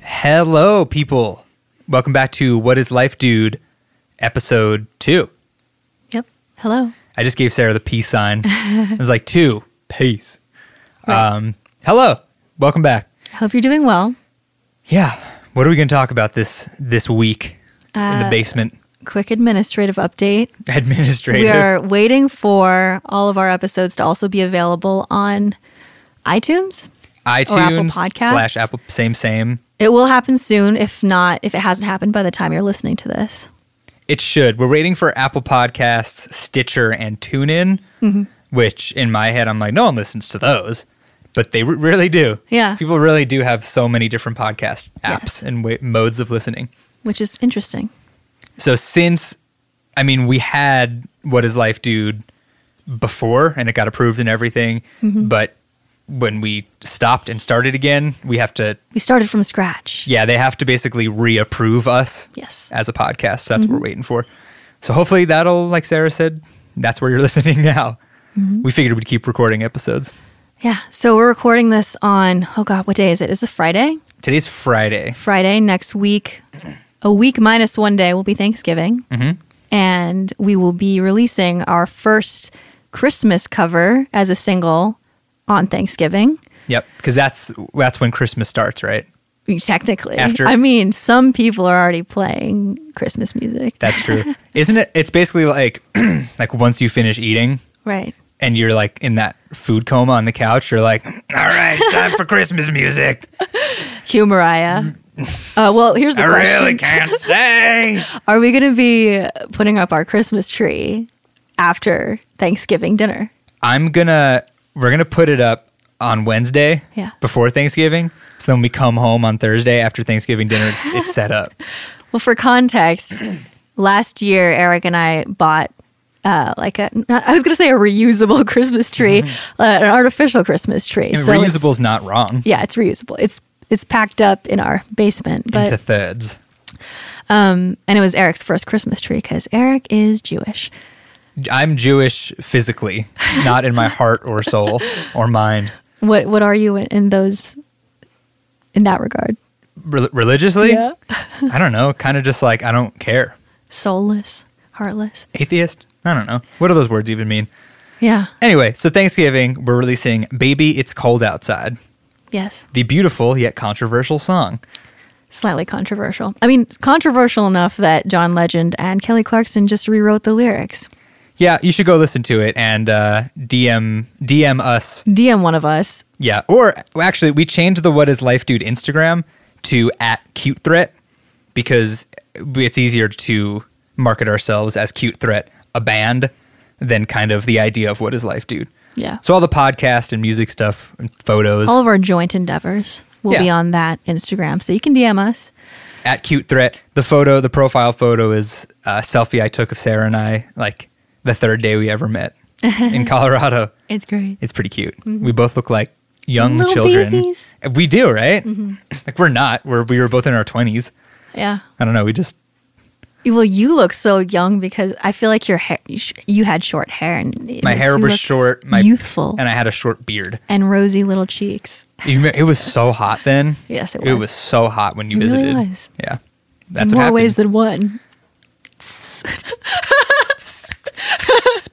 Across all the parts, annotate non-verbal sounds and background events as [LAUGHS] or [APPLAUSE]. Hello, people. Welcome back to What is Life, Dude, episode two. Yep. Hello. I just gave Sarah the peace [LAUGHS] sign. it was like two, peace. Um, hello, welcome back. Hope you're doing well. Yeah, what are we going to talk about this this week in Uh, the basement? [LAUGHS] Quick administrative update. Administrative. We are waiting for all of our episodes to also be available on iTunes. iTunes Podcasts? slash Apple, same, same. It will happen soon, if not, if it hasn't happened by the time you're listening to this. It should. We're waiting for Apple Podcasts, Stitcher, and TuneIn, Mm-hmm. which in my head I'm like, no one listens to those, but they re- really do. Yeah. people really do have so many different podcast apps Yes. and wa- modes of listening. Which is interesting. So since, I mean, we had What Is Life, Dude, before, and it got approved and everything, Mm-hmm. but when we stopped and started again, we have to We started from scratch. yeah, they have to basically reapprove us. Yes. Mm-hmm. As a podcast. So that's what we're waiting for. So hopefully that'll, like Sarah said, that's where you're [LAUGHS] listening now. Mm-hmm. We figured we'd keep recording episodes. Yeah. So we're recording this on, oh God, what day is it? Is it Friday? Today's Friday. Friday [CLEARS THROAT] next week, a week minus one day will be Thanksgiving. Mm-hmm. And we will be releasing our first Christmas cover as a single on Thanksgiving. Yep. Because that's that's when Christmas starts, right? Technically. After- I mean, some people are already playing Christmas music. That's [LAUGHS] true. Isn't it it's basically like [CLEARS THROAT] like once you finish eating right. and you're like in that food coma on the couch, you're like, [CLEARS THROAT] all right, it's time for Christmas music. Cue Mariah. Uh, [LAUGHS] well, here's the Mm. I [LAUGHS] question. really can't stay. Are we going to be putting up our Christmas tree after Thanksgiving dinner? I'm gonna we're gonna put it up on Wednesday Yeah. before Thanksgiving. So then we come home on Thursday after Thanksgiving dinner. It's, it's set [LAUGHS] up. Well, for context, last year Eric and I bought uh, like a I was going to say a reusable [LAUGHS] Christmas tree, uh, an artificial Christmas tree. Mm-hmm. And it's- reusable is not wrong. yeah, it's reusable. It's it's packed up in our basement, but Into thirds. and it was Eric's first Christmas tree because Eric is Jewish. I'm Jewish physically, not in my heart or soul or mind. What what are you in, in those in that regard? Rel religiously, Yeah, I don't know. Kind of just like I don't care. soulless, heartless. Atheist. I don't know. What do those words even mean? Yeah. Anyway, so Thanksgiving, we're releasing "Baby, It's Cold Outside," Yes. the beautiful yet controversial song. Slightly controversial. I mean, controversial enough that John Legend and Kelly Clarkson just rewrote the lyrics. Yeah, you should go listen to it and uh, DM DM us. DM one of us Yeah, or actually, we changed the "What Is Life, Dude" Instagram to at Cute Threat because it's easier to market ourselves as Cute Threat, a band, than kind of the idea of "What Is Life, Dude." Yeah. So all the podcast and music stuff and photos All of our joint endeavors will Yeah. be on that Instagram. So you can DM us. at Cute Threat. The photo, the profile photo, is a selfie I took of Sarah and I, like the third day we ever met [LAUGHS] in Colorado. It's great. It's pretty cute. We both look like young Mm-hmm. Little children. babies. Mm-hmm. We do, right? Like we're not. We're we were both in our twenties. Yeah. I don't know. We just Well, you look so young because I feel like your hair, you, sh- you had short hair. and it my makes hair you was look short, my youthful, and and, I had a short beard. rosy little cheeks. You remember- it was so hot then. [LAUGHS] Yes, it It was. was so hot when you It really visited. was. Yeah, that's More what happened. ways than one. I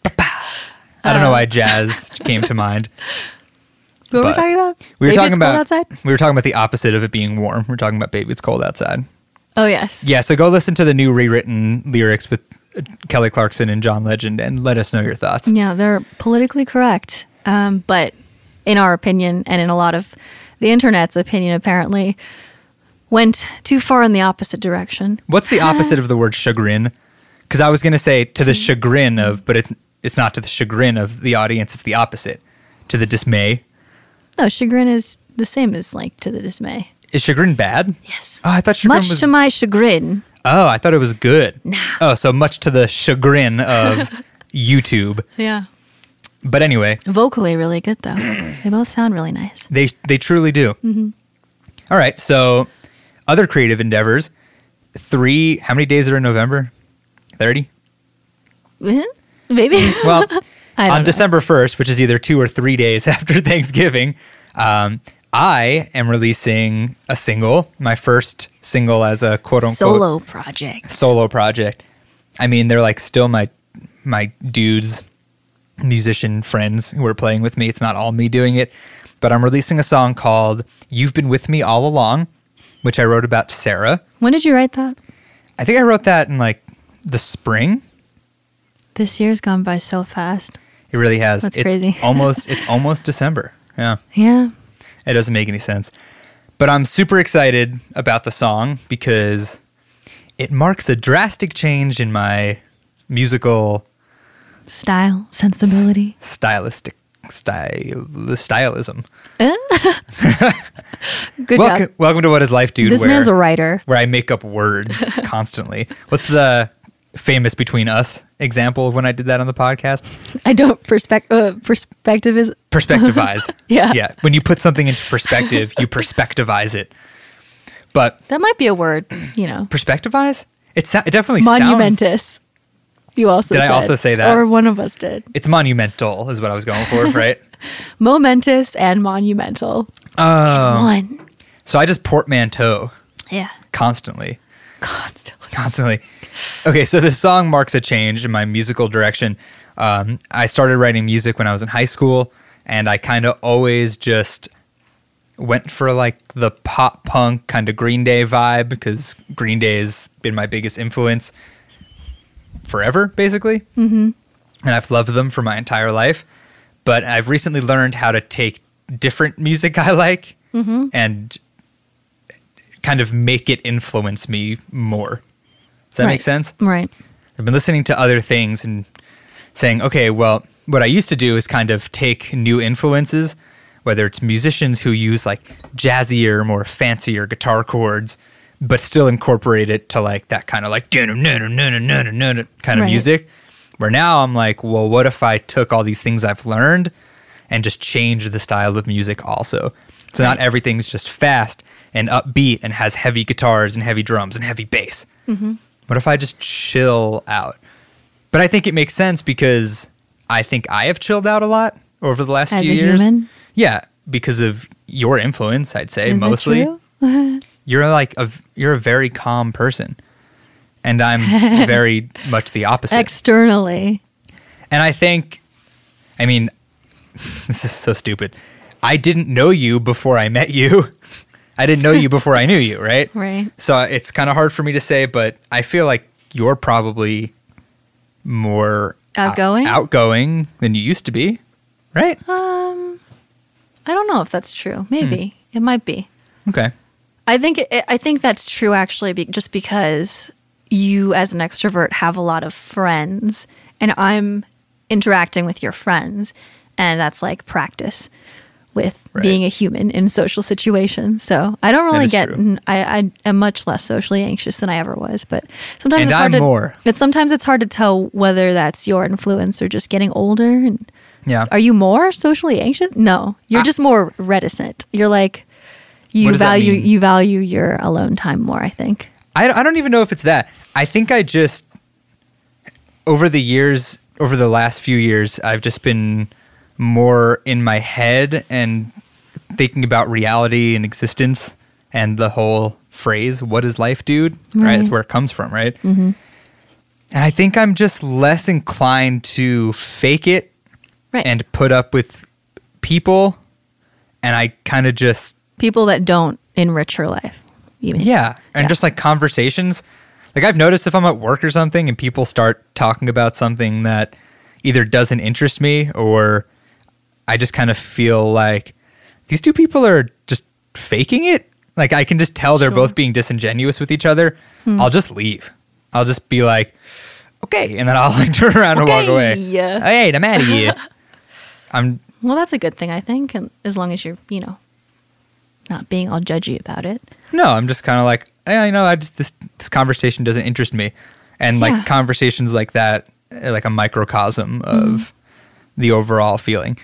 uh, don't know why [LAUGHS] jazz came to mind. What were we But talking about? We were Maybe talking it's cold about outside. we were talking about the opposite of it being warm. We're talking about baby, it's cold outside. Oh yes. Yeah, so go listen to the new rewritten lyrics with uh, Kelly Clarkson and John Legend, and let us know your thoughts. Yeah, they're politically correct. Um, but in our opinion, and in a lot of the internet's opinion, apparently, went too far in the opposite direction. What's the [LAUGHS] opposite of the word chagrin? Because I was going to say to the chagrin of, but it's it's not to the chagrin of the audience. It's the opposite, to the dismay. No, chagrin is the same as like to the dismay. Is chagrin bad? Yes. Oh, I thought chagrin Much was. to my chagrin. oh, I thought it was good. Oh, so much to the chagrin [LAUGHS] of YouTube. Yeah. But anyway, Vocally really good [CLEARS THROAT] though. they both sound really nice. they they truly do. Mm-hmm. All right, so other creative endeavors. Three. How many days are in November? Thirty. Maybe. Well, [LAUGHS] I don't on [LAUGHS] know. December 1st, which is either two or three days after Thanksgiving, um, I am releasing a single, my first single as a quote unquote Solo project. solo project. I mean, they're like still my my dudes, musician friends who are playing with me. It's not all me doing it, but I'm releasing a song called "You've Been With Me All Along," which I wrote about Sarah. when did you write that? I think I wrote that in like the spring. This year's gone by so fast. It really has. That's it's crazy. [LAUGHS] almost it's almost December. Yeah. Yeah. It doesn't make any sense. But I'm super excited about the song because it marks a drastic change in my musical Style, sensibility. stylistic style stylism. Good Welcome, job. welcome to What Is Life, Dude? This where, man's a writer. where I make up [LAUGHS] words constantly. What's the famous between us example of when I did that on the podcast? I don't perspect uh, perspective is Perspectivize. [LAUGHS] Yeah. yeah. When you put something into perspective, [LAUGHS] you perspectivize it. But that might be a word, you know. perspectivize? It, so- it definitely sounds Monumentous. You also Did I said, also say that? Or one of us did. It's monumental is what I was going for, right? Momentous and monumental. Oh. One. so I just portmanteau Yeah. constantly, Constantly. constantly. Okay, so this song marks a change in my musical direction. Um, I started writing music when I was in high school, and I kind of always just went for like the pop punk kind of Green Day vibe because Green Day has been my biggest influence forever, basically. Mm-hmm. And I've loved them for my entire life. But I've recently learned how to take different music [LAUGHS] I like and kind of make it influence me more. Does that make Right. sense? Right. I've been listening to other things and saying, okay, well, what I used to do is kind of take new influences, whether it's musicians who use like jazzier, more fancier guitar chords, but still incorporate it to like that kind of like dun- dun- dun- dun- dun- dun- dun kind of Right. music. Where now I'm like, well, what if I took all these things I've learned and just changed the style of music also? So not everything's just fast and upbeat and has heavy guitars and heavy drums and heavy bass. What if I just chill out? But I think it makes sense because I think I have chilled out a lot over the last As few a years. human? Yeah, because of your influence, I'd say Is that mostly. true? You're like a you're a very calm person. And [LAUGHS] I'm very much the opposite. Externally. and I think I mean [LAUGHS] this is so stupid. I didn't know you before I met you. [LAUGHS] I didn't know [LAUGHS] you before I knew you, right? Right. So it's kind of hard for me to say, but I feel like you're probably more out- Outgoing? outgoing than you used to be, right? I don't know if that's true. Maybe. Hmm. It might be. Okay. I think it, I think that's true actually be, just because you as an extrovert have a lot of friends and I'm interacting with your friends and that's like practice with Right. being a human in social situations. So I don't really is get true. I, I am much less socially anxious than I ever was, but sometimes And it's hard I'm to more. But sometimes it's hard to tell whether that's your influence or just getting older and Yeah. are you more socially anxious? No, you're just more reticent. You're like Ah. What you does that value mean? you value your alone time more. I think. I, I don't even know if it's that. I think I just, over the years, over the last few years, I've just been more in my head and thinking about reality and existence and the whole phrase, what is life, dude? Right. Right. That's where it comes from, right? Mm-hmm. And I think I'm just less inclined to fake it Right. and put up with people. And I kind of just people that don't enrich your life. You mean? yeah. And Yeah. just like conversations. Like I've noticed if I'm at work or something and people start talking about something that either doesn't interest me or I just kind of feel like these two people are just faking it. Like I can just tell they're Sure. Hmm. both being disingenuous with each other. I'll just leave. I'll just be like, okay. And then I'll like [LAUGHS] turn around and walk away. "Oh, Okay, yeah. Hey, I'm out of here. [LAUGHS] I'm Well, that's a good thing I think, and as long as you're you know not being all judgy about it. No, I'm just kind of like, eh, you know, I just this this conversation doesn't interest me, and like Yeah. conversations like that, are like a microcosm of the overall feeling,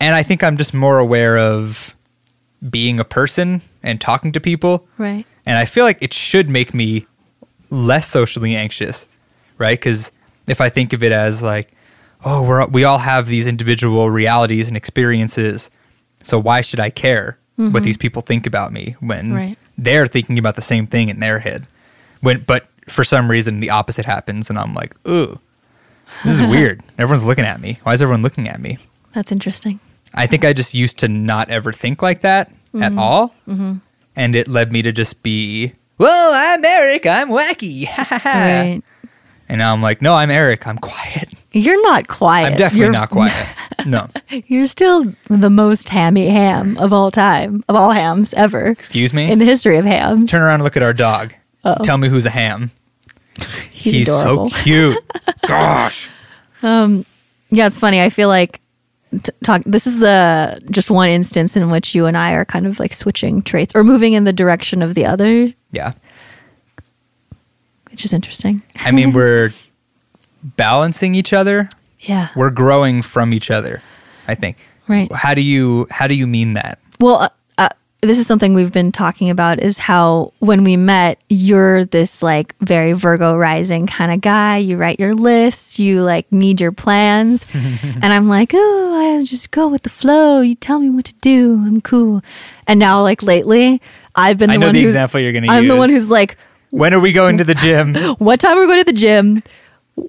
and I think I'm just more aware of being a person and talking to people, Right. and I feel like it should make me less socially anxious, right? Because if I think of it as like, oh, we're we all have these individual realities and experiences, so why should I care what these people think about me when Right. they're thinking about the same thing in their head. When but for some reason the opposite happens and I'm like, "Ooh. This is weird. Everyone's looking at me. Why is everyone looking at me?" That's interesting. I think I just used to not ever think like that Mm-hmm. at all. And it led me to just be, "Whoa, I'm Eric. I'm wacky." [LAUGHS] Ha, ha, ha." Right. And now I'm like, "No, I'm Eric. I'm [LAUGHS] quiet. You're not quiet. I'm definitely You're- not [LAUGHS] quiet." no. You're still the most hammy ham of all time, of all hams ever. Excuse me. In the history of hams. Turn around and look at our dog. Oh. Tell me who's a ham. He's, adorable. so [LAUGHS] cute. [LAUGHS] Gosh. Yeah, it's funny. I feel like t- talk. This is uh, just one instance in which you and I are kind of like switching traits or moving in the direction of the other, Yeah. which is interesting. I mean, we're balancing each other. Yeah. We're growing from each other, I think. Right. How do you how do you mean that? Well, uh, uh, this is something we've been talking about is how when we met, you're this like very Virgo rising kind of guy. You write your lists, you like need [LAUGHS] your plans. and I'm like, oh, I just go with the flow. You tell me what to do. I'm cool. And now, like lately, I've been the I know one the who's- example you're gonna I'm the use. one who's like, When are we going to the [LAUGHS] gym? what time are we going to the gym?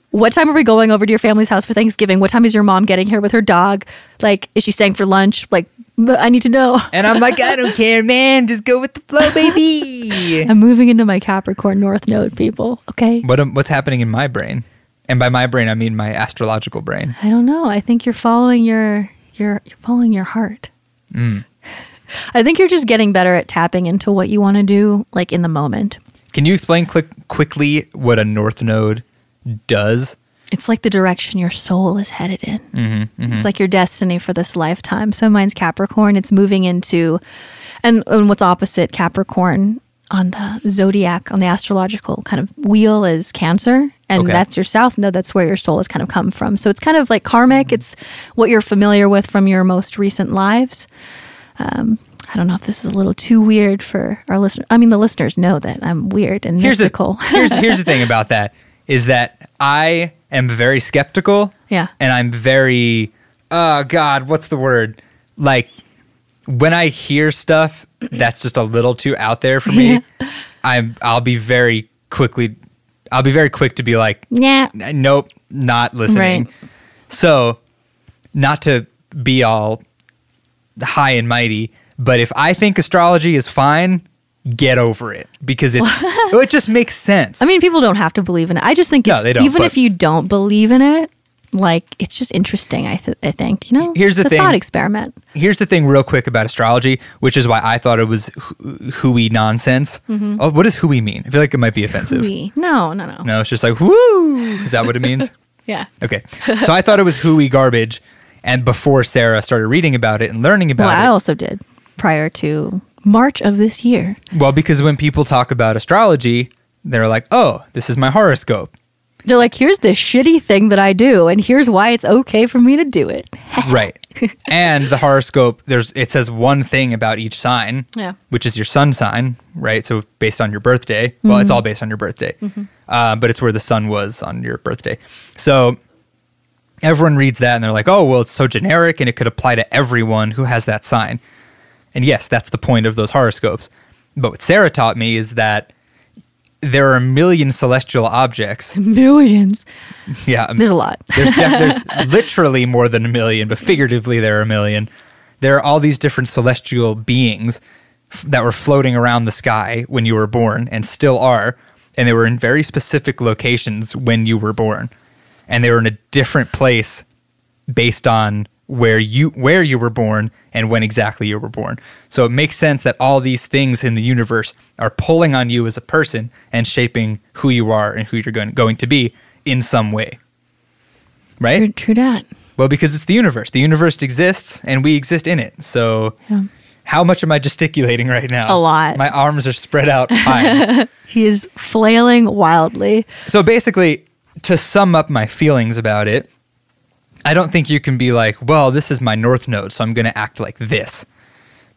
What time are we going over to your family's house for Thanksgiving? What time is your mom getting here with her dog? Like, is she staying for lunch? Like, I need to know. And I'm like, I don't care, man. Just go with the flow, baby. I'm moving into my Capricorn North Node, people. Okay. [LAUGHS] what am- what's happening in my brain? And by my brain, I mean my astrological brain. I don't know. I think you're following your your you're following your heart. [LAUGHS] I think you're just getting better at tapping into what you want to do, like in the moment. Can you explain quick, quickly what a north node does? It's like the direction your soul is headed in. Mm-hmm, It's like your destiny for this lifetime. So mine's Capricorn. It's moving into, and, and what's opposite Capricorn on the zodiac, on the astrological kind of wheel is Cancer. And Okay. that's your south node. That's where your soul has kind of come from. So it's kind of like karmic. Mm-hmm. It's what you're familiar with from your most recent lives. Um, I don't know if this is a little too weird for our listener. I mean, the listeners know that I'm weird and here's mystical. [LAUGHS] The, [LAUGHS] here's here's the thing about that is that I am very skeptical. Yeah. And I'm very oh god, what's the word? Like when I hear stuff that's just a little too out there for [LAUGHS] me, I'm I'll be very quickly I'll be very quick to be like yeah. "N- nope, not listening. Right. So, not to be all high and mighty, but if I think astrology is fine, get over it because it's, it just makes sense. I mean, people don't have to believe in it. I just think No, it's, they don't, even but- if you don't believe in it, like it's just interesting. I, th- I think you know. Here's the it's a thing. thought experiment. Here's the thing, real quick, about astrology, which is why I thought it was hoo- hooey nonsense. Oh, what does hooey mean? I feel like it might be offensive. We no, no, no, No, it's just like, woo! Is that what it means? Yeah. Okay. So I thought it was hooey garbage. And before Sarah started reading about it and learning about Well, it, I also did prior to March of this year. Well, because when people talk about astrology, they're like, "Oh, this is my horoscope." They're like, here's the shitty thing that I do, and here's why it's okay for me to do it. [LAUGHS] right. And the horoscope, there's it says one thing about each sign, Yeah. which is your sun sign, right? So based on your birthday. Well, it's all based on your birthday, uh, but it's where the sun was on your birthday. So everyone reads that and they're like, "Oh, well, it's so generic and it could apply to everyone who has that sign." And yes, that's the point of those horoscopes. But what Sarah taught me is that there are a million celestial objects. Millions. Yeah, um, There's a lot. [LAUGHS] There's, def- [LAUGHS] there's literally more than a million, but figuratively there are a million. There are all these different celestial beings f- that were floating around the sky when you were born and still are. And they were in very specific locations when you were born. And they were in a different place based on where you where you were born and when exactly you were born. So it makes sense that all these things in the universe are pulling on you as a person and shaping who you are and who you're going, going to be in some way. Right? True, true that. Well, because it's the universe. The universe exists and we exist in it. So Yeah. how much am I gesticulating right now? A lot. My arms are spread out [LAUGHS] high. He is flailing wildly. so basically, to sum up my feelings about it, I don't think you can be like, well, this is my north node, so I'm going to act like this.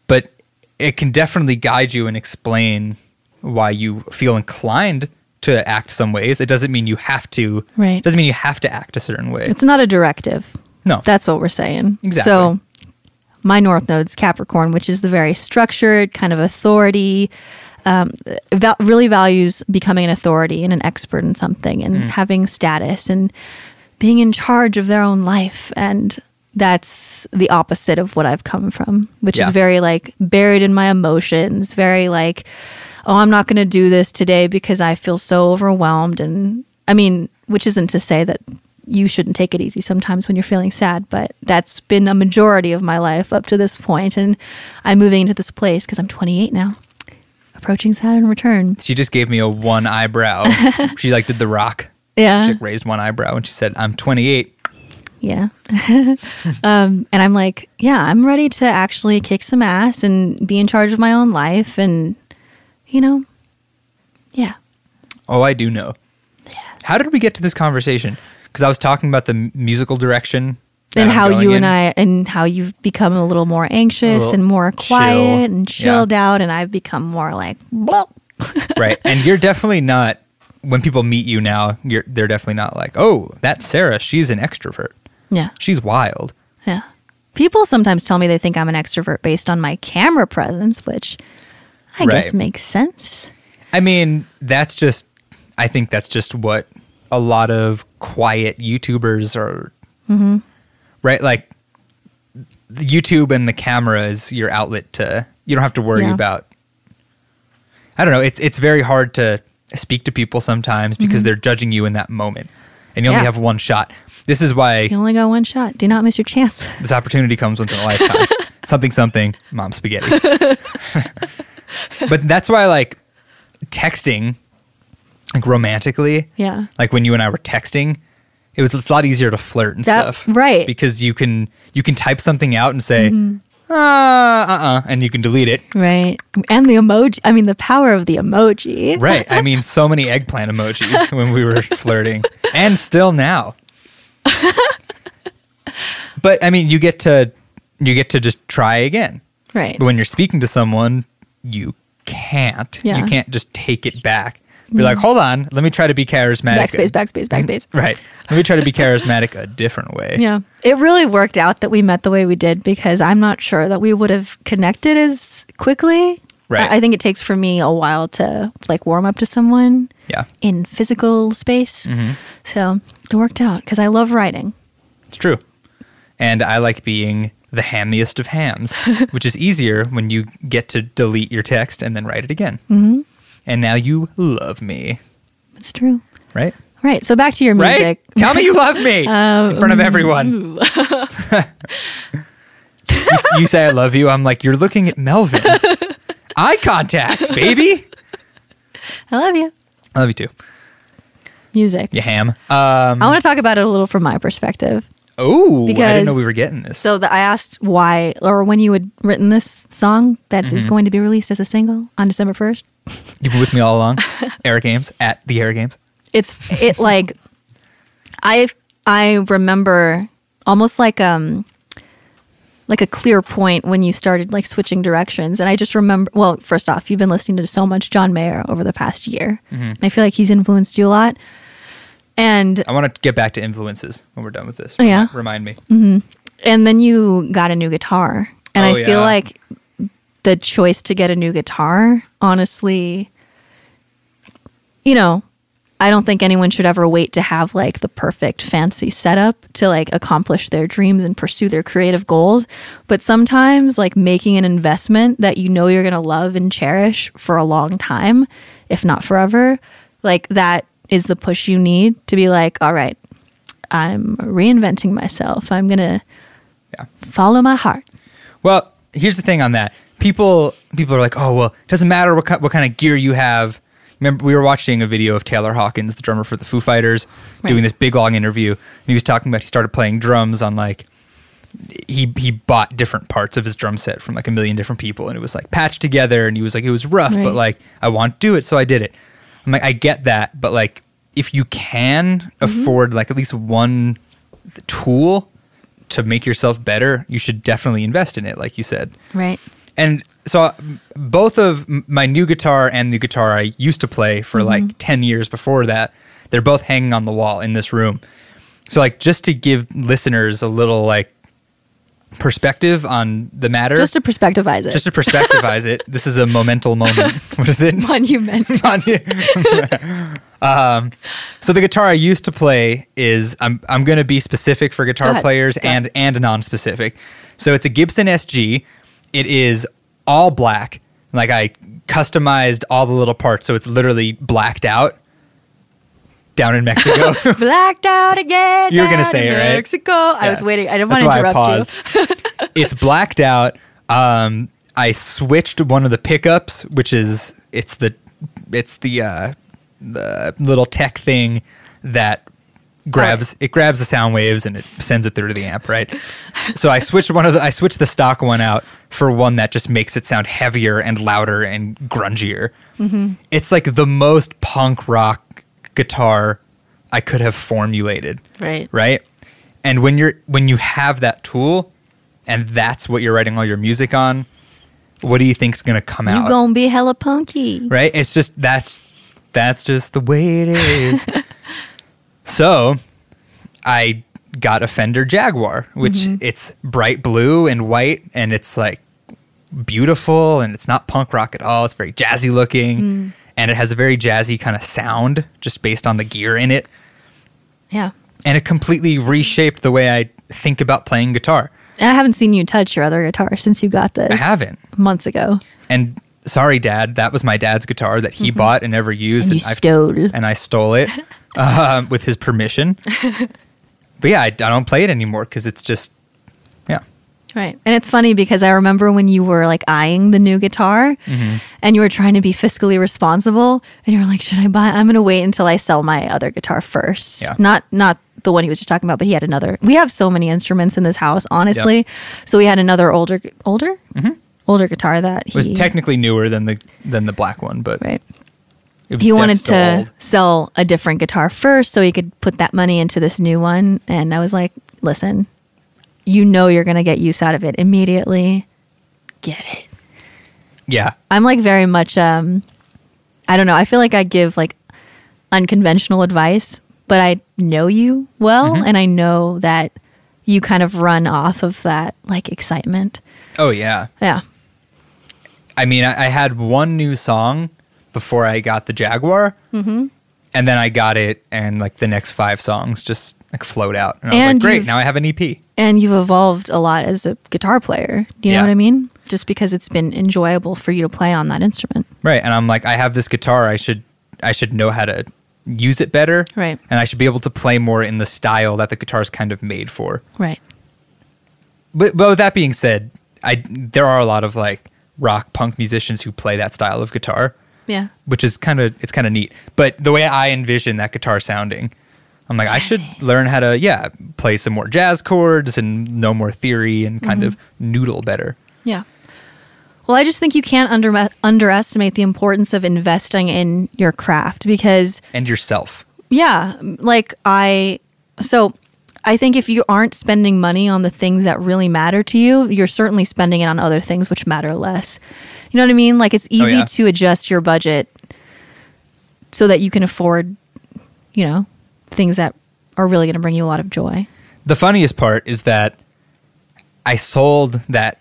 But it can definitely guide you and explain why you feel inclined to act some ways. It doesn't mean you have to. Right. Doesn't mean you have to act a certain way. It's not a directive. no. That's what we're saying. Exactly. So my North Node's Capricorn, which is the very structured, kind of authority, um, val- really values becoming an authority and an expert in something and having status and being in charge of their own life. And that's the opposite of what I've come from, which is Yeah. very like buried in my emotions, very like, oh, I'm not going to do this today because I feel so overwhelmed. And I mean, which isn't to say that you shouldn't take it easy sometimes when you're feeling sad, but that's been a majority of my life up to this point. And I'm moving into this place because I'm 28 now, approaching Saturn return. She just gave me a one eyebrow. she like did the rock. Yeah. She like, raised one eyebrow and she said, "I'm 28." Yeah. [LAUGHS] um, and I'm like, yeah, I'm ready to actually kick some ass and be in charge of my own life. And, you know, yeah. Oh, I do know. How did we get to this conversation? Because I was talking about the m- musical direction that and I'm how going you and in. I, and how you've become a little more anxious little and more chill. quiet and Yeah. chilled out. And I've become more like, blah. [LAUGHS] right? And you're definitely not. When people meet you now, you're they're definitely not like, "Oh, that's Sarah. She's an extrovert. Yeah. She's wild." Yeah. People sometimes tell me they think I'm an extrovert based on my camera presence, which I guess Right. makes sense. I mean, that's just. I think that's just what a lot of quiet YouTubers are. Mm-hmm. Right, like the YouTube and the camera is your outlet to. You don't have to worry Yeah. about. I don't know. It's it's very hard to speak to people sometimes because they're judging you in that moment, and you only Mm-hmm. Yeah. have one shot. This is why You only got one shot. Do not miss your chance. [LAUGHS] this opportunity comes once in a lifetime. something, something, mom spaghetti. [LAUGHS] but that's why, like, texting, like romantically, Yeah. like when you and I were texting, it was it's a lot easier to flirt and That- stuff, right. Mm-hmm. Because you can you can type something out and say, uh, uh, uh, and you can delete [LAUGHS] it. Right. And the emoji. I mean, the power of the emoji. Right. I mean, so many eggplant [LAUGHS] emojis when we were flirting, and still now. but I mean, you get to you get to just try again. Right. But when you're speaking to someone, you can't. Yeah. Mm. You can't just take it back. Be like, hold on, let me try to be charismatic. Backspace, [LAUGHS] backspace, backspace. Right. Let me try to be charismatic a different way. Yeah. It really worked out that we met the way we did because I'm not sure that we would have connected as quickly. Right. I, I think it takes for me a while to like warm up to someone Yeah. in physical space. Mm-hmm. So it worked out because I love writing. It's true. And I like being the hammiest of [LAUGHS] hams, which is easier when you get to delete your text and then write it again. Mm-hmm. And now you love me, It's true. right? Right. So back to your music. Um, Right? Tell me you love [LAUGHS] me in front of everyone. you, s- you say I love you. I'm like, you're looking at [LAUGHS] Melvin. Eye contact, baby. I love you. I love you too. Music. You ham. Um, I want to talk about it a little from my perspective. oh, I didn't know Because- we were getting this. So the, I asked why or when you had written this song that is going to be released as a single on December 1st. You've been with me all [LAUGHS] along. Eric Games at the Eric Games. It's it like I I remember almost like um like a clear point when you started like switching directions and I just remember well first off you've been listening to so much John Mayer over the past year and I feel like he's influenced you a lot and I want to get back to influences when we're done with this. Oh, yeah? Remi- Remind me. and then you got a new guitar and Oh, i yeah. feel like the choice to get a new guitar honestly you know i don't think anyone should ever wait to have like the perfect fancy setup to like accomplish their dreams and pursue their creative goals but sometimes like making an investment that you know you're going to love and cherish for a long time if not forever like that is the push you need to be like all right i'm reinventing myself i'm going to Yeah. follow my heart. Well, here's the thing on that. People people are like, "Oh, well, it doesn't matter what kind, what kind of gear you have." Remember we were watching a video of Taylor Hawkins, the drummer for the Foo Fighters, doing Right. this big long interview, and he was talking about he started playing drums on like he he bought different parts of his drum set from like a million different people and it was like patched together and he was like it was rough Right. but like I want to do it so I did it. I'm like I get that but like if you can Mm-hmm. afford like at least one th- tool to make yourself better, you should definitely invest in it like you said. Right. And so uh, m- both of m- my new guitar and the guitar I used to play for like 10 years before that, they're both hanging on the wall in this room. So like just to give listeners a little like perspective on the matter. Just to perspectivize it. just to perspectivize it. This is a momental moment. What is [LAUGHS] it? monument. [LAUGHS] um, so the guitar I used to play is I'm I'm going to be specific for Go guitar ahead. players Go. and and non-specific. So it's a Gibson SG. It is all black. Like I customized all the little parts, so it's literally blacked out. Down in Mexico. [LAUGHS] Blacked out again. You were gonna out say in it, right? Mexico. I Yeah. was waiting. I didn't That's want why to I interrupt you. [LAUGHS] paused. it's blacked out. Um, I switched one of the pickups, which is it's the it's the uh, the little tech thing that grabs it grabs the sound waves and it sends it through to the amp, right? so I switched one of the I switched the stock one out for one that just makes it sound heavier and louder and grungier. Mm-hmm. It's like the most punk rock guitar I could have formulated Right. right and when you're when you have that tool and that's what you're writing all your music on what do you think's going to come You out gonna be hella punky. right it's just that's that's just the way it is so i got a fender jaguar which it's bright blue and white and it's like beautiful and it's not punk rock at all it's very jazzy looking and it has a very jazzy kind of sound just based on the gear in it Yeah. and it completely reshaped the way I think about playing guitar. And I haven't seen you touch your other guitar since you got this. I haven't. Months ago. And sorry, Dad, that was my dad's guitar that he bought and never used, Mm-hmm. And you I've- stole. and I stole [LAUGHS] it um, with his permission. but yeah, I, I don't play it anymore because it's just yeah. Right. And it's funny because I remember when you were like eyeing the new guitar Mm-hmm. and you were trying to be fiscally responsible and you were like, should I buy I'm gonna wait until I sell my other guitar first. Yeah. Not not the one he was just talking about, but he had another we have so many instruments in this house, honestly. So we had another older older? Mm-hmm. Older guitar that he It was technically newer than the than the black one, but right. it was he def- wanted still to old. sell a different guitar first so he could put that money into this new one and i was like listen you know you're going to get use out of it immediately get it Yeah, i'm like very much um i don't know i feel like i give like unconventional advice but i know you well and i know that you kind of run off of that like excitement oh yeah. yeah I mean, I, I had one new song before I got the Jaguar, Mm-hmm. and then I got it, and like the next five songs just like flowed out, and I was And like, great, you've- now I have an E EP. and you've evolved a lot as a guitar player do you Yeah. know what i mean just because it's been enjoyable for you to play on that instrument Right. And I'm like, I have this guitar. I should I should know how to use it better. Right. And I should be able to play more in the style that the guitar is kind of made for. Right. But, but with that being said, I there are a lot of like rock punk musicians who play that style of guitar, Yeah. which is kind of it's kind of neat. But the way I envision that guitar sounding, I'm like, I should Jazzy. learn how to yeah play some more jazz chords and know more theory and kind Mm-hmm. of noodle better. Yeah. Well, I just think you can't under- underestimate the importance of investing in your craft because And yourself, yeah, like I so I think if you aren't spending money on the things that really matter to you, you're certainly spending it on other things which matter less. You know what I mean? Like it's easy Oh, yeah. to adjust your budget so that you can afford, you know, things that are really going to bring you a lot of joy. the funniest part is that I sold that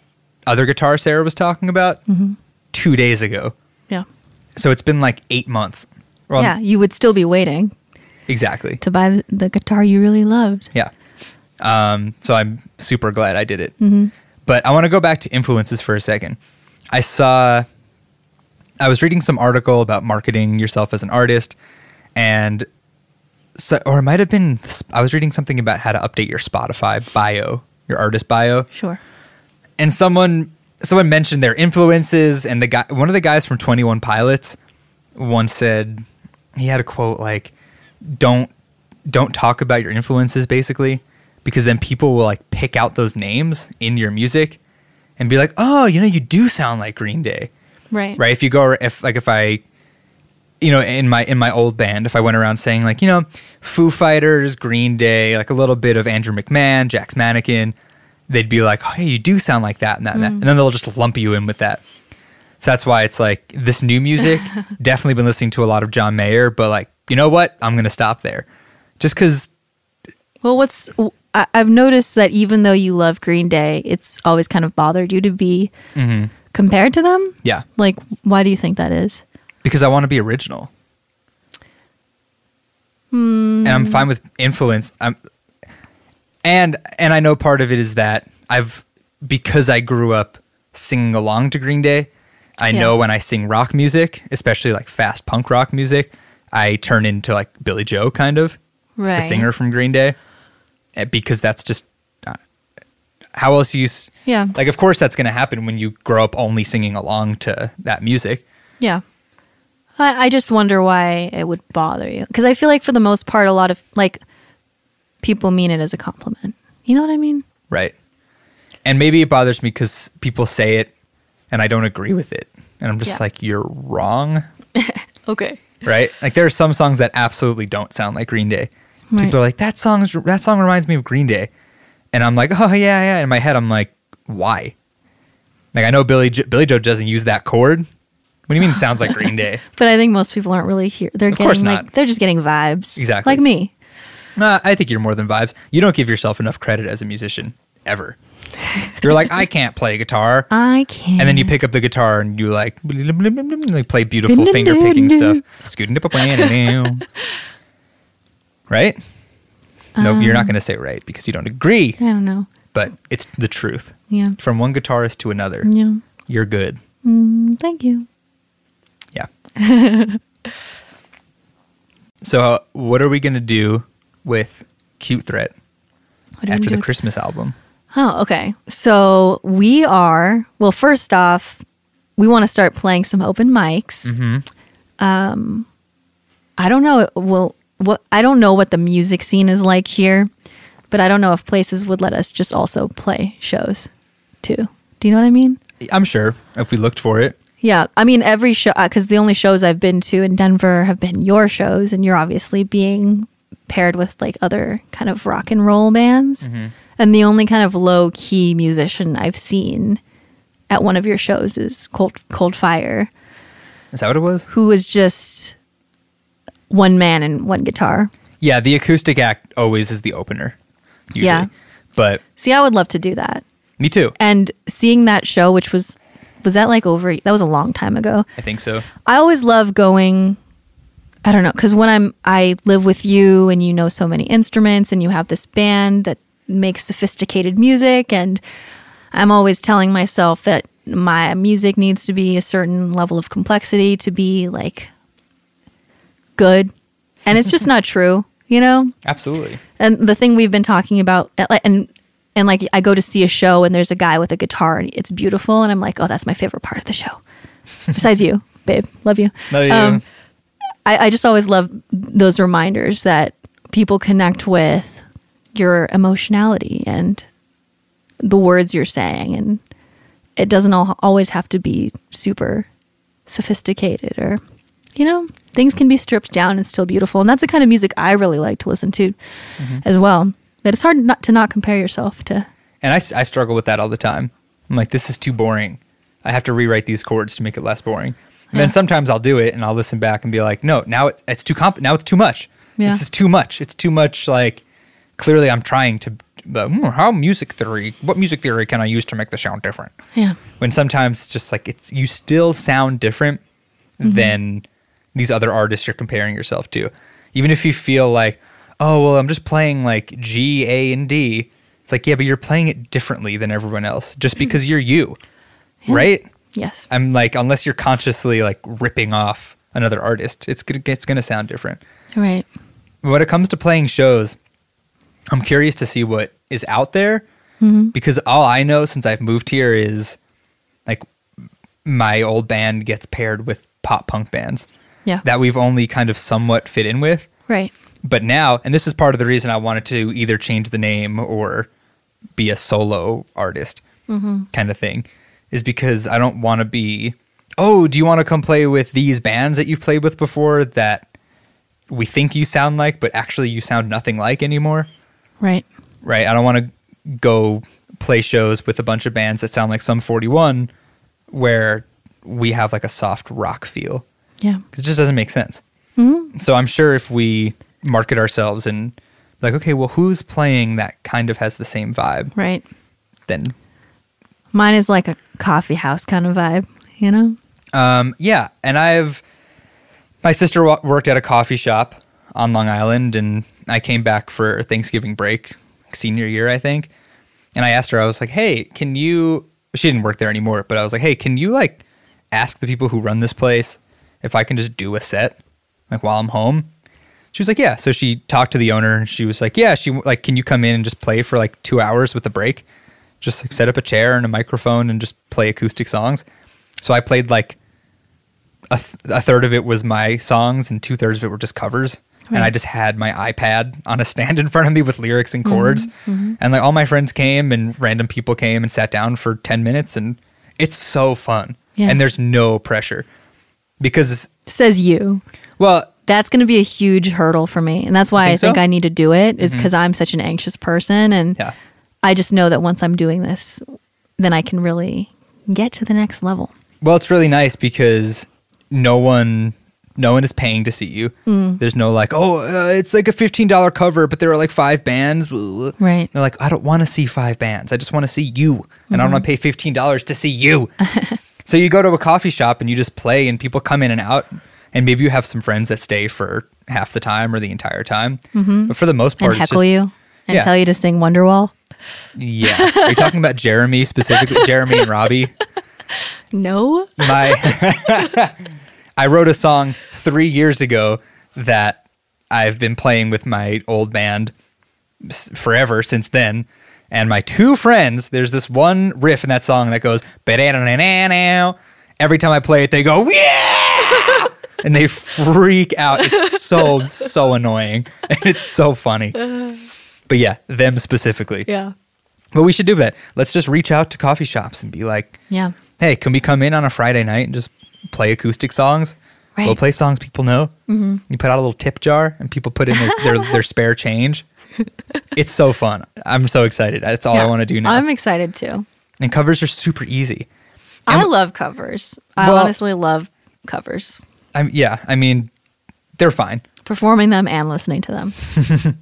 other guitar Sarah was talking about Mm-hmm. two days ago. Yeah. So it's been like eight months. Well, Yeah, you would still be waiting Exactly. to buy the- the guitar you really loved. Yeah. Um, so I'm super glad I did it. But I want to go back to influences for a second. I saw, I was reading some article about marketing yourself as an artist, and so, or it might have been, I was reading something about how to update your Spotify bio, your artist bio. Sure. and someone someone mentioned their influences and the guy one of the guys from 21 pilots once said he had a quote like don't don't talk about your influences basically because then people will like pick out those names in your music and be like oh you know you do sound like green day Right. right if you go if like if i you know in my in my old band if i went around saying like you know foo fighters green day like a little bit of andrew mcmahon jack's mannequin they'd be like hey you do sound like that and that and that and then they'll just lump you in with that so that's why it's like this new music definitely been listening to a lot of john mayer but like you know what i'm gonna stop there just because Well, what's I, I've noticed that even though you love Green Day, it's always kind of bothered you to be Mm-hmm. compared to them. Yeah, Like, why do you think that is? because I want to be original. Hmm. And I'm fine with influence. I'm, and and I know part of it is that I've because I grew up singing along to Green Day. I Yeah. know when I sing rock music, especially like fast punk rock music, I turn into like Billy Joe kind of Right. the singer from Green Day, eh, because that's just uh, how else you. s- Yeah. Like, of course, that's going to happen when you grow up only singing along to that music. Yeah. I, I just wonder why it would bother you. Because I feel like for the most part, a lot of like people mean it as a compliment. You know what I mean? Right. And maybe it bothers me because people say it and I don't agree with it. And I'm just Yeah. like, you're wrong. Okay. Right. like there are some songs that absolutely don't sound like Green Day. Right. People are like, that song's that song reminds me of Green Day. And I'm like, oh, yeah, yeah. In my head, I'm like, why? Like, I know Billy, jo- Billy Joe doesn't use that chord. What do you mean it sounds like Green [LAUGHS] Day? But I think most people aren't really here. They're Of getting course like not. they're just getting vibes. Exactly. Like me. No, I think you're more than vibes. You don't give yourself enough credit as a musician ever. You're like, I can't play guitar. I can. And then you pick up the guitar and you like, like play beautiful finger picking stuff. [LAUGHS] Right? No, Um. you're not going to say right because you don't agree, I don't know. but it's the truth. Yeah. From one guitarist to another, Yeah. you're good. Mm, thank you. Yeah. [LAUGHS] so, uh, what are we going to do with Cute Threat What do we after do the with- Christmas album? Oh, okay. So we are, well, first off, we want to start playing some open mics. Um, I don't know. Well, what I don't know what the music scene is like here, but I don't know if places would let us just also play shows too. Do you know what I mean? I'm sure if we looked for it. Yeah, I mean every show because the only shows I've been to in Denver have been your shows, and you're obviously being paired with like other kind of rock and roll bands. And the only kind of low key musician I've seen at one of your shows is Cold Cold Fire, Is that what it was? who was just one man and one guitar. Yeah, the acoustic act always is the opener, usually. Yeah. But See, I would love to do that. me too. And seeing that show, which was was that like over that was a long time ago. I think so. I always love going. I don't know because when I'm I live with you and you know so many instruments and you have this band that makes sophisticated music and I'm always telling myself that my music needs to be a certain level of complexity to be like good and it's just not true you know Absolutely. and the thing we've been talking about uh, and and like I go to see a show and there's a guy with a guitar and it's beautiful and I'm like, "Oh, that's my favorite part of the show." Besides you, babe. Love you. Love you. Um, I, I just always love those reminders that people connect with your emotionality and the words you're saying and it doesn't all, always have to be super sophisticated or you know things can be stripped down and still beautiful and that's the kind of music i really like to listen to as well but it's hard not to not compare yourself to and I, s- I struggle with that all the time. I'm like, this is too boring. I have to rewrite these chords to make it less boring. And then Yeah. sometimes I'll do it and I'll listen back and be like, no, now it, it's too comp. Now it's too much. Yeah. This is too much. It's too much. Like, clearly I'm trying to, but hmm, how music theory, what music theory can I use to make the sound different? yeah when sometimes it's just like it's you still sound different than these other artists you're comparing yourself to even if you feel like oh well i'm just playing like g a and d it's like yeah but you're playing it differently than everyone else just because you're you right yes i'm like unless you're consciously like ripping off another artist it's gonna it's gonna sound different right when it comes to playing shows, I'm curious to see what is out there because all I know since I've moved here is like my old band gets paired with pop punk bands yeah that we've only kind of somewhat fit in with. right But now, and this is part of the reason I wanted to either change the name or be a solo artist kind of thing, is because I don't want to be, oh, do you want to come play with these bands that you've played with before that we think you sound like, but actually you sound nothing like anymore? right Right? I don't want to go play shows with a bunch of bands that sound like some 41 where we have like a soft rock feel yeah 'Cause it just doesn't make sense. So I'm sure if we market ourselves and like, okay, well, who's playing that kind of has the same vibe? Right. Then, Mine is like a coffee house kind of vibe, you know? um, yeah. And I've my sister wa- worked at a coffee shop on Long Island, and I came back for Thanksgiving break, senior year, I think. And I asked her, I was like, hey, can you? She didn't work there anymore, but I was like, hey, can you like ask the people who run this place if I can just do a set like while I'm home? She was like, yeah. So she talked to the owner, and she was like, yeah, she like, can you come in and just play for like two hours with a break? Just like set up a chair and a microphone and just play acoustic songs. So I played like a, th- a third of it was my songs and two thirds of it were just covers. And I Right. Mm-hmm, just had my iPad on a stand in front of me with lyrics and chords. And like all my friends came and random people came and sat down for 10 minutes. And it's so fun. Yeah. And there's no pressure because, Says you. well, That's going to be a huge hurdle for me. And that's why think I think so? Mm-hmm. I need to do it, is because I'm such an anxious person. And Yeah. I just know that once I'm doing this, then I can really get to the next level. Well, it's really nice because no one, no one is paying to see you. Hmm. There's no like, oh, uh, it's like a fifteen dollar cover, but there are like five bands. blah, blah, blah." Right. They're like, I don't want to see five bands. I just want to see you, and I Mm-hmm. don't want to pay fifteen dollars to see [LAUGHS] you. so you go to a coffee shop and you just play, and people come in and out, and maybe you have some friends that stay for half the time or the entire time. But for the most part, Mm-hmm. And it's heckle just- you and yeah. tell you to sing Wonderwall. Yeah, are you talking about Jeremy specifically? Jeremy [LAUGHS] and Robbie. No. my I wrote a song three years ago that I've been playing with my old band s- forever since then. And my two friends, there's this one riff in that song that goes "Ba-da-da-da-da-da." every time I play it, they go yeah, and they freak out. It's so so annoying, and it's so funny. But yeah, them specifically. Yeah. But we should do that. Let's just reach out to coffee shops and be like, Yeah. hey, can we come in on a Friday night and just play acoustic songs? We'll Right. play songs people know. Mm-hmm. You put out a little tip jar and people put in their, their, their spare [LAUGHS] change. It's so fun. I'm so excited. That's all I Yeah. want to do now. I'm excited too. and covers are super easy. I love covers. I Well- honestly love covers. I'm, yeah, I mean, they're fine. Performing them and listening to them.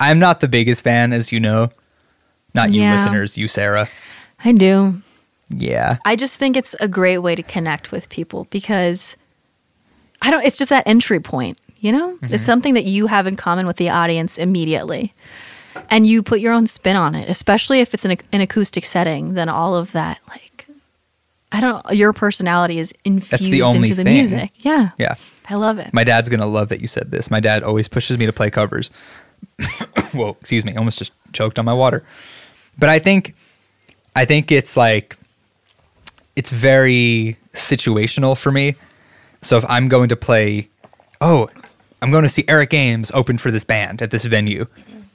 I'm not the biggest fan, as you know. Not you, Yeah. listeners, you, Sarah. I do. Yeah. I just think it's a great way to connect with people because I don't it's just that entry point, you know? Mm-hmm. It's something that you have in common with the audience immediately. And you put your own spin on it, especially if it's an, ac- an acoustic setting, then all of that like I don't your personality is infused only into the thing. music. Yeah. Yeah. I love it. My dad's gonna love that you said this. My dad always pushes me to play covers. [COUGHS] Whoa, excuse me, I almost just choked on my water. But I think I think it's like it's very situational for me. So if I'm going to play oh, I'm going to see Eric Ames open for this band at this venue,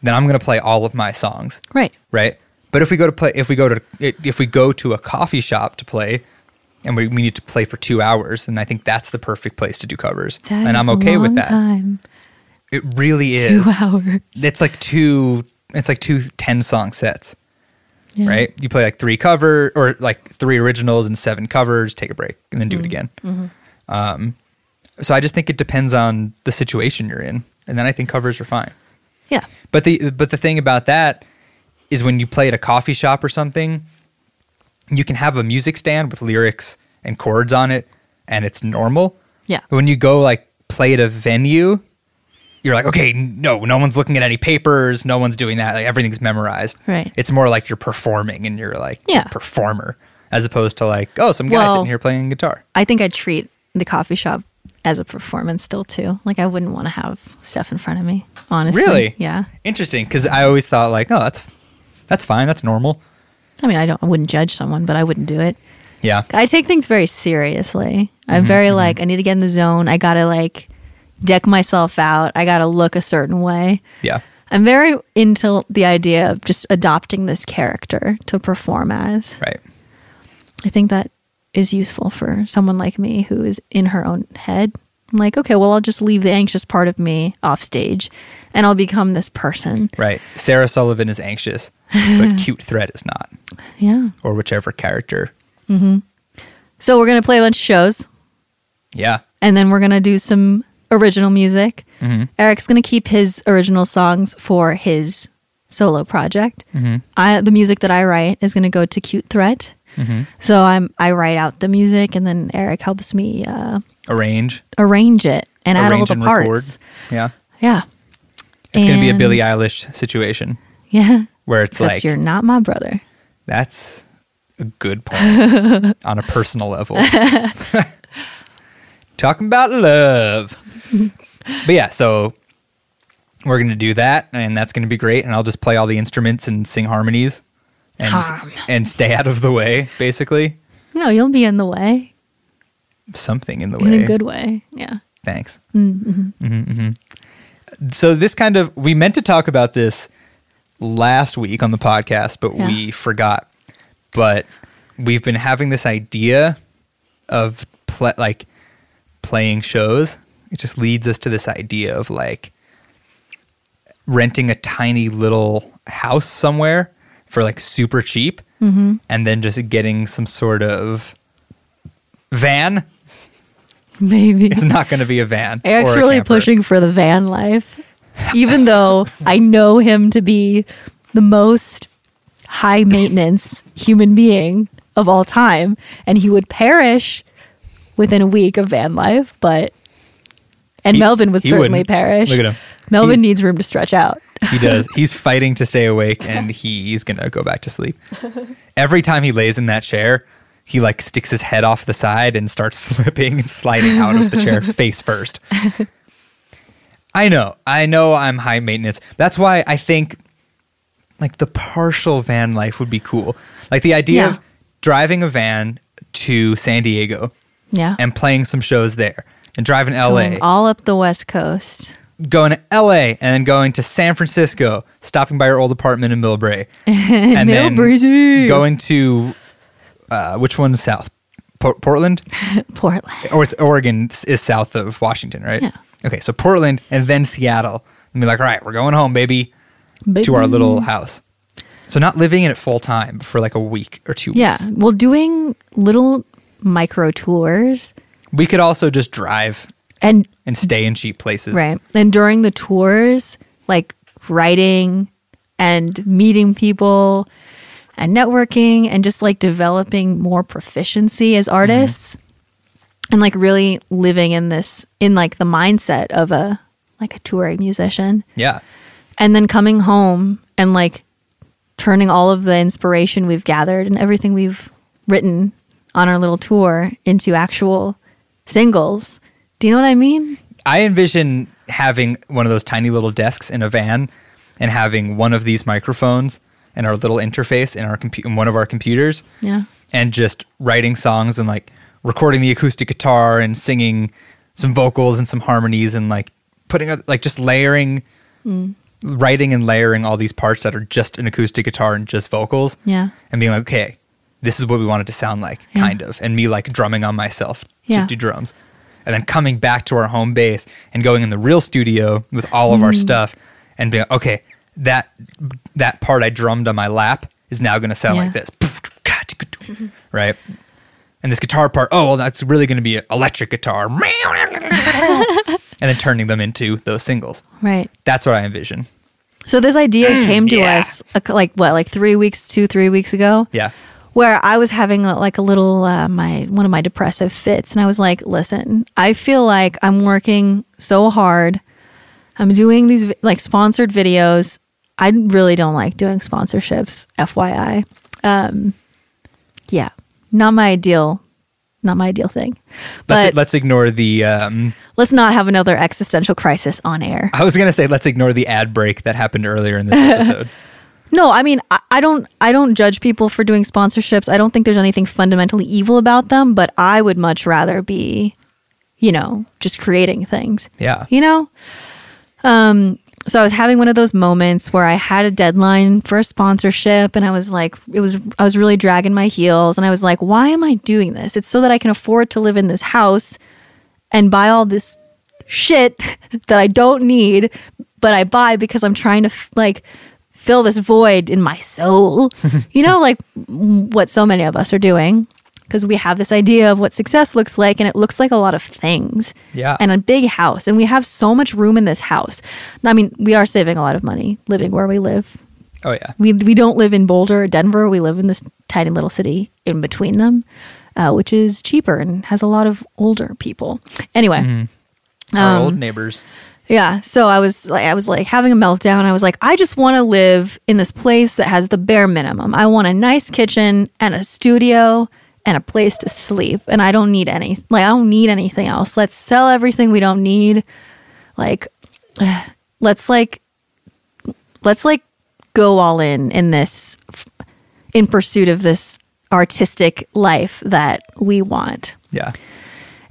then I'm gonna play all of my songs right. right? But if we go to play, if we go to if we go to a coffee shop to play, and we, we need to play for two hours, and I think that's the perfect place to do covers, That and is I'm a okay with long that. Time. It really Two is. hours. It's like two. It's like two 10 song sets, Yeah. right? You play like three cover or like three originals and seven covers. Take a break and then Mm-hmm. do it again. Um, so I just think it depends on the situation you're in, and then I think covers are fine. Yeah. But the but the thing about that is when you play at a coffee shop or something, you can have a music stand with lyrics and chords on it, and it's normal. Yeah. But when you go like play at a venue, you're like, okay, no, no one's looking at any papers, no one's doing that. Like everything's memorized. Right. It's more like you're performing, and you're like, this Yeah. performer, as opposed to like, oh, some guy Well- sitting here playing guitar. I think I treat the coffee shop as a performance still too. Like I wouldn't want to have stuff in front of me, honestly. Really? Yeah. Interesting, because I always thought like, oh, that's that's fine, that's normal. I mean, I don't I wouldn't judge someone, but I wouldn't do it. Yeah. I take things very seriously. I'm very like I need to get in the zone. I got to like deck myself out. I got to look a certain way. Yeah. I'm very into the idea of just adopting this character to perform as. Right. I think that is useful for someone like me who is in her own head. I'm like, okay, well, I'll just leave the anxious part of me off stage and I'll become this person. Right. Sarah Sullivan is anxious, [LAUGHS] but cute threat is not, Yeah. or whichever character. So we're going to play a bunch of shows Yeah. and then we're going to do some original music. Mm-hmm. Eric's going to keep his original songs for his solo project. Mm-hmm. I, the music that I write is going to go to Cute Threat. Mm-hmm. So I'm I write out the music, and then Eric helps me uh, Arrange, arrange it and add all arrange the and parts. record. Yeah, Yeah, it's going to be a And- Billie Eilish situation Yeah, where it's except like you're not my brother. That's a [LAUGHS] good point on a personal level. Talking about love. But yeah, so we're going to do that, and that's going to be great. And I'll just play all the instruments and sing harmonies and, Harm. and stay out of the way, basically. No, you'll be in the way Something in the in way. a good way. Yeah. [LAUGHS] Thanks. Mm-hmm. So this kind of we meant to talk about this last week on the podcast, but Yeah. we forgot. But we've been having this idea of pl- like playing shows. It just leads us to this idea of like renting a tiny little house somewhere for like super cheap, Mm-hmm. and then just getting some sort of van [LAUGHS] Maybe. it's not going to be a van. Eric's or a really camper. pushing for the van life, even though I know him to be the most high maintenance human being of all time, and he would perish within a week of van life. But and He- Melvin would he certainly wouldn't. perish. Look at him. Melvin He's- needs room to stretch out. He does. He's fighting to stay awake, and he's going to go back to sleep. Every time he lays in that chair, he like sticks his head off the side and starts [LAUGHS] slipping and sliding out of the chair face first. I know. I know. I'm high maintenance. That's why I think like the partial van life would be cool. Like the idea Yeah. of driving a van to San Diego Yeah, and playing some shows there, and driving LA. Going all up the West Coast. going to LA and then going to San Francisco, stopping by your old apartment in [LAUGHS] Millbrae, and then Millbrae. going to uh, which one's south? Por- Portland Portland. or it's Oregon s- is south of Washington, right? Yeah. Okay, so Portland and then Seattle, and be like, all right, we're going home, baby, to our Baby. little house. So not living in it full time but for like a week or two Yeah, weeks. well, doing little micro tours We could also just drive and and stay in cheap places. Right. And during the tours, like writing and meeting people and networking and just like developing more proficiency Mm-hmm. as artists and like really living in this in like the mindset of a like a touring musician Yeah. and then coming home and like turning all of the inspiration we've gathered and everything we've written on our little tour into actual singles. Do you know what I mean? I envision having one of those tiny little desks in a van and having one of these microphones and our little interface in our compu- in one of our computers Yeah. and just writing songs and like recording the acoustic guitar and singing some vocals and some harmonies and like putting out like just layering Mm. writing and layering all these parts that are just an acoustic guitar and just vocals Yeah. and being like okay this is what we wanted to sound like Yeah. kind of and me like drumming on myself to Yeah. do drums and then coming back to our home base and going in the real studio with all of our Mm. stuff and being okay that that part i drummed on my lap is now going to sound like Yeah. Mm-hmm. this right and this guitar part oh well that's really going to be an electric guitar [LAUGHS] and then turning them into those singles Right. that's what i envision So this idea came to yeah. us a c like what, like three weeks, two, three weeks ago. yeah Where I was having a, like a little uh, my one of my depressive fits, and I was like, "Listen, I feel like I'm working so hard. I'm doing these vi- like sponsored videos. I really don't like doing sponsorships, FYI. Um, yeah, not my ideal, not my ideal thing. let's, But let's, let's ignore the um, not have another existential crisis on air. i was going to say let's ignore the ad break that happened earlier in [LAUGHS] this episode No, I mean I, I don't I don't judge people for doing sponsorships. I don't think there's anything fundamentally evil about them, but I would much rather be, you know, just creating things. yeah You know? Um so I was having one of those moments where I had a deadline for a sponsorship and I was like it was I was really dragging my heels and I was like, why am I doing this? It's so that I can afford to live in this house and buy all this shit [LAUGHS] that I don't need, but I buy because I'm trying to f- like fill this void in my soul. you know, like m- what so many of us are doing, because we have this idea of what success looks like, and it looks like a lot of things. Yeah. And a big house, and we have so much room in this house. I mean, we are saving a lot of money living where we live. Oh yeah. We we don't live in Boulder or Denver. We live in this tiny little city in between them, uh, which is cheaper and has a lot of older people. Anyway. Our Um, old neighbors. Yeah. So I was like, I was like having a meltdown. I was like, I just want to live in this place that has the bare minimum. I want a nice kitchen and a studio and a place to sleep. And I don't need any, like, I don't need anything else. Let's sell everything we don't need. Like, [SIGHS] let's like, let's like go all in in this, f- in pursuit of this artistic life that we want. Yeah.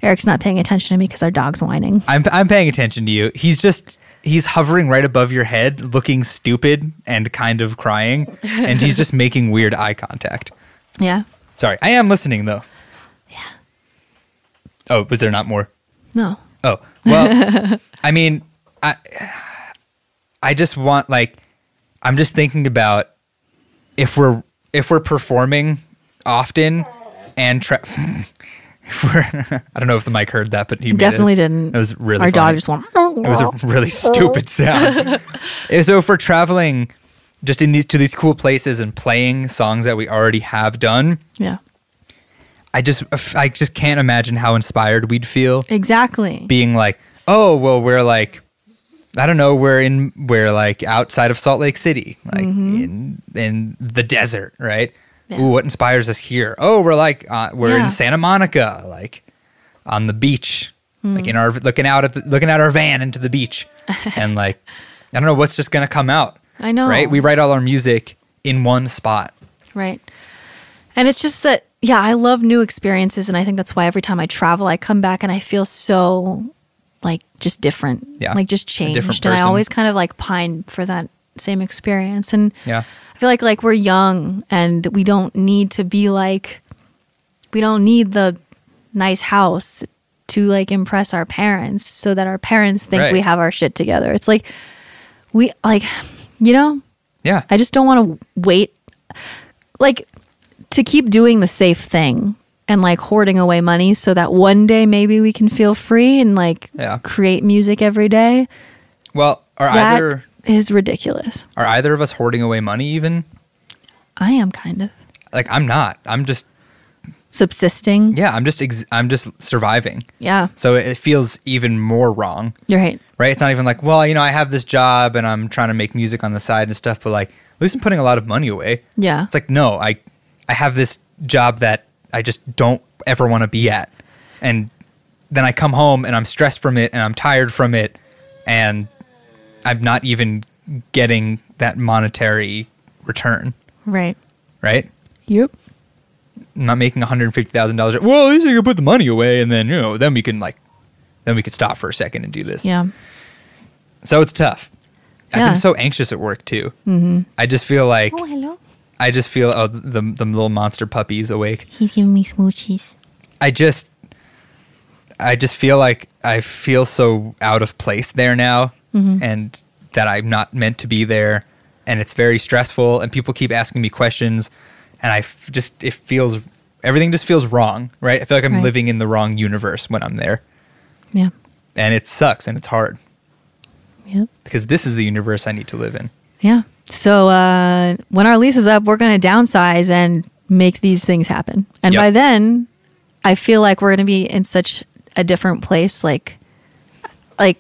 Eric's not paying attention to me because our dog's whining. I'm I'm paying attention to you. He's just he's hovering right above your head, looking stupid and kind of crying, and he's [LAUGHS] just making weird eye contact. Yeah. Sorry, I am listening though. Yeah. Oh, was there not more? No. Oh well, I mean, I I just want like I'm just thinking about if we're if we're performing often and tra- [LAUGHS] if we're [LAUGHS] I don't know if the mic heard that, but he made it. Definitely didn't. It was really Our dog funny. just went. It was a really stupid sound. And so if we're traveling just in these to these cool places and playing songs that we already have done, yeah, I just I just can't imagine how inspired we'd feel exactly. being like, "Oh, well we're like I don't know, we're in we're like outside of Salt Lake City, like in in the desert, right? Mm-hmm. Yeah. Ooh, what inspires us here? Oh, we're like uh, we're Yeah. in Santa Monica, like on the beach, like Hmm. in our looking out at the, looking at our van into the [LAUGHS] beach, and like I don't know what's just gonna come out. I know. right? We write all our music in one spot. right. And it's just that, yeah, I love new experiences, and I think that's why every time I travel, I come back and I feel so like just different, Yeah. like just A different changed. And I person. always kind of like pine for that same experience. And Yeah, I feel like like we're young and we don't need to be like we don't need the nice house to like impress our parents so that our parents think Right. we have our shit together. It's like we like you know, yeah, I just don't want to wait like to keep doing the safe thing and like hoarding away money so that one day maybe we can feel free and like Yeah. create music every day. well, are That is either ridiculous. are either of us hoarding away money? Even I am kind of like I'm not. I'm just subsisting. yeah. I'm just ex- I'm just surviving. yeah. So it it feels even more wrong, You're right. right? It's not even like, well, you know, I have this job and I'm trying to make music on the side and stuff, but like, at least I'm putting a lot of money away. Yeah. It's like, no, I, I have this job that I just don't ever want to be at, and then I come home and I'm stressed from it and I'm tired from it, and I'm not even getting that monetary return, right. right? Yep. I'm not making $150,000. Well, at least I can put the money away, and then you know, then we can like, then we could stop for a second and do this. Yeah. So it's tough. I've Yeah. been so anxious at work too. Mm-hmm. I just feel like Oh, hello. I just feel oh the the little monster puppy's awake. He's giving me smoochies. I just I just feel like I feel so out of place there now, Mm-hmm. and that I'm not meant to be there, and it's very stressful. And people keep asking me questions, and I f- just it feels everything just feels wrong, right? I feel like I'm Right. living in the wrong universe when I'm there, Yeah. and it sucks and it's hard Yep. because this is the universe I need to live in. Yeah. So uh, when our lease is up, we're going to downsize and make these things happen. And Yep. by then, I feel like we're going to be in such a different place. Like, like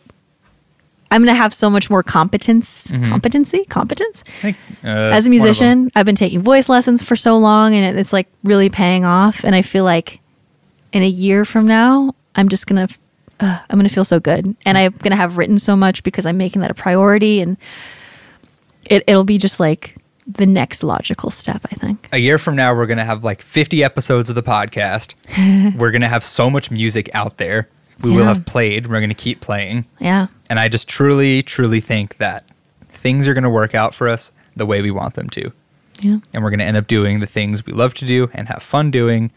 I'm going to have so much more competence, competency, competence. I think, uh, As a one of them. musician, I've been taking voice lessons for so long, and it, it's like really paying off. And I feel like in a year from now, I'm just gonna, f- uh, I'm gonna feel so good, and I'm gonna have written so much because I'm making that a priority, and it it'll be just like the next logical step. I think. a year from now we're going to have like 50 episodes of the [LAUGHS] podcast we're going to have so much music out there we will Yeah. have played we're going to keep playing Yeah. and i just truly truly think that things are going to work out for us the way we want them to Yeah. and we're going to end up doing the things we love to do and have fun doing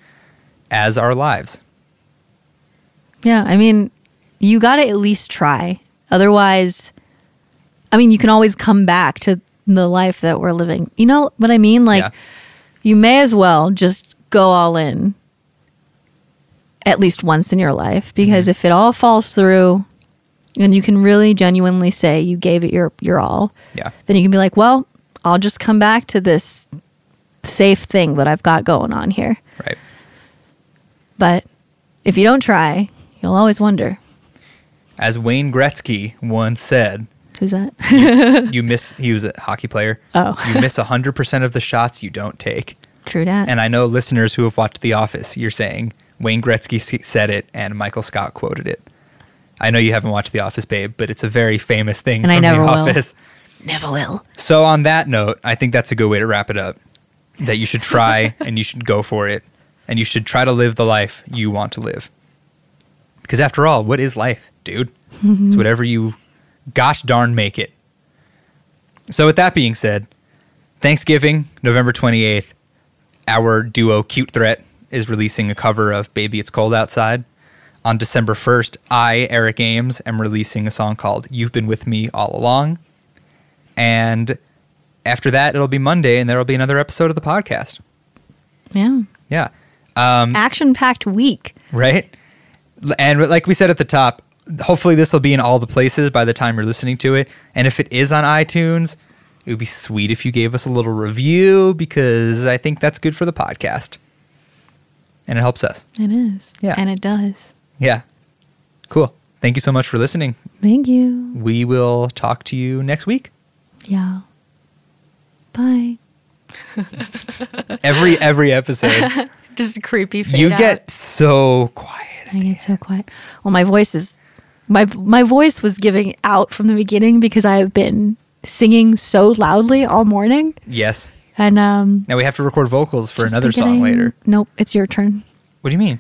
as our lives Yeah, I mean, you got to at least try. Otherwise, I mean, you can always come back to the life that we're living. You know what I mean? Like, Yeah. you may as well just go all in at least once in your life because if it all falls through and you can really genuinely say you gave it your your all, Yeah. then you can be like, well, I'll just come back to this safe thing that I've got going on here. Right. But if you don't try, you'll always wonder As Wayne Gretzky once [LAUGHS] said, who's that? you miss he was a hockey player. Oh. you miss 100% of the shots you don't take. True dat. And I know listeners who have watched The Office, you're saying Wayne Gretzky s- said it and Michael Scott quoted it. I know you haven't watched The Office, babe, but it's a very famous thing And I from never The will. Office. Never will. So on that note, I think that's a good way to wrap it up. That you should try and you should go for it and you should try to live the life you want to live. Because after all, what is life, dude? It's whatever you gosh darn make it. So with that being said, Thanksgiving, November 28th, our duo Cute Threat is releasing a cover of Baby It's Cold Outside. On December 1st, I, Eric Ames, am releasing a song called You've Been With Me All Along. And after that, it'll be Monday, and there will be another episode of the podcast. Yeah. Yeah. Um, Action packed week. Right? L- And like we said at the top, hopefully this will be in all the places by the time you're listening to it. And if it is on iTunes, it would be sweet if you gave us a little review because I think that's good for the podcast. And it helps us. It is. Yeah. And it does. Yeah. Cool. Thank you so much for listening. Thank you. We will talk to you next week. Yeah. Bye. Every every episode. Just creepy fade you out. get so quiet. I get so quiet. Well, my voice is my my voice was giving out from the beginning because I have been singing so loudly all morning, Yes. and um. Now we have to record vocals for just another beginning- song later. Nope, it's your turn. What do you mean?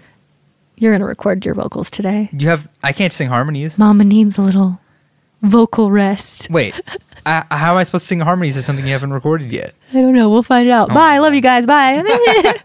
You're gonna record your vocals today. You have I can't sing [LAUGHS] harmonies. Mama needs a little vocal rest. Wait, I, how am I supposed to sing harmonies to something you haven't recorded yet? I don't know. We'll find out. Bye. Love you guys. Bye.